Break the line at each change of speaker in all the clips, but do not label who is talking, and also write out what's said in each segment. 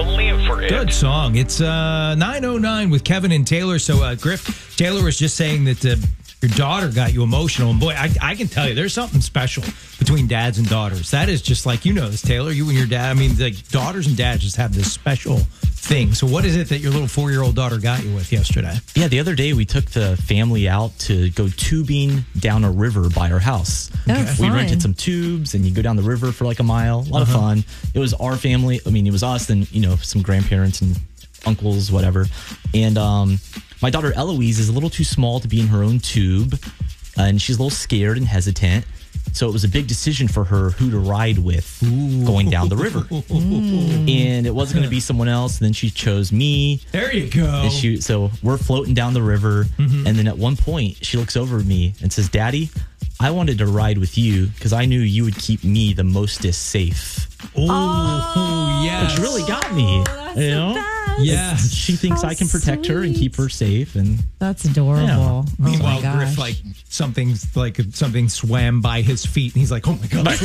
Rick.
Good song. It's uh, 909 with Kevin and Taylor. So, uh, Griff, Taylor was just saying that uh, your daughter got you emotional. And boy, I, I can tell you, there's something special between dads and daughters. That is just like, you know this, Taylor, you and your dad. I mean, the daughters and dads just have this special thing. So, what is it that your little four year old daughter got you with yesterday?
Yeah, the other day we took the family out to go tubing down a river by our house.
Oh,
we
fun.
rented some tubes and you go down the river for like a mile. A lot of fun. It was our family. I mean, it was us and, you know, some grandparents and uncles, whatever. And um, my daughter Eloise is a little too small to be in her own tube and she's a little scared and hesitant. So it was a big decision for her who to ride with going down the river. And it was going to be someone else. And then she chose me.
There you go.
And she, so we're floating down the river. And then at one point, she looks over at me and says, Daddy, I wanted to ride with you because I knew you would keep me the mostest safe.
oh, yes.
Which really got me.
Oh, that's
you
the
know?
best.
Yes.
She thinks
How
I can protect her and keep her safe. And
That's adorable.
Yeah.
Oh
Meanwhile,
my gosh.
Griff like something's like something swam by his feet, and he's like, "Oh my god, what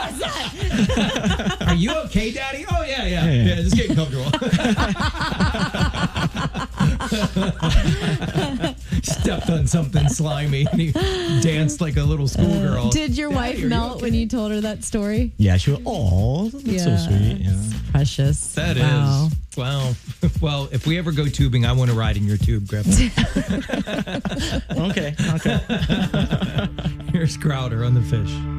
was that? Are you okay, Daddy? Oh yeah, yeah, yeah.
Yeah.
just getting comfortable. Stepped on something slimy, and he danced like a little schoolgirl.
Did your
Daddy, are
wife
you
melt
okay?
when you told her that story?
yeah, she went, Oh, that's so
Yeah.
sweet. Yeah.
Precious.
That is
wow.
wow. Well, if we ever go tubing, I want to ride in your tube, Griff.
Okay. Okay.
Here's Crowder on the fish.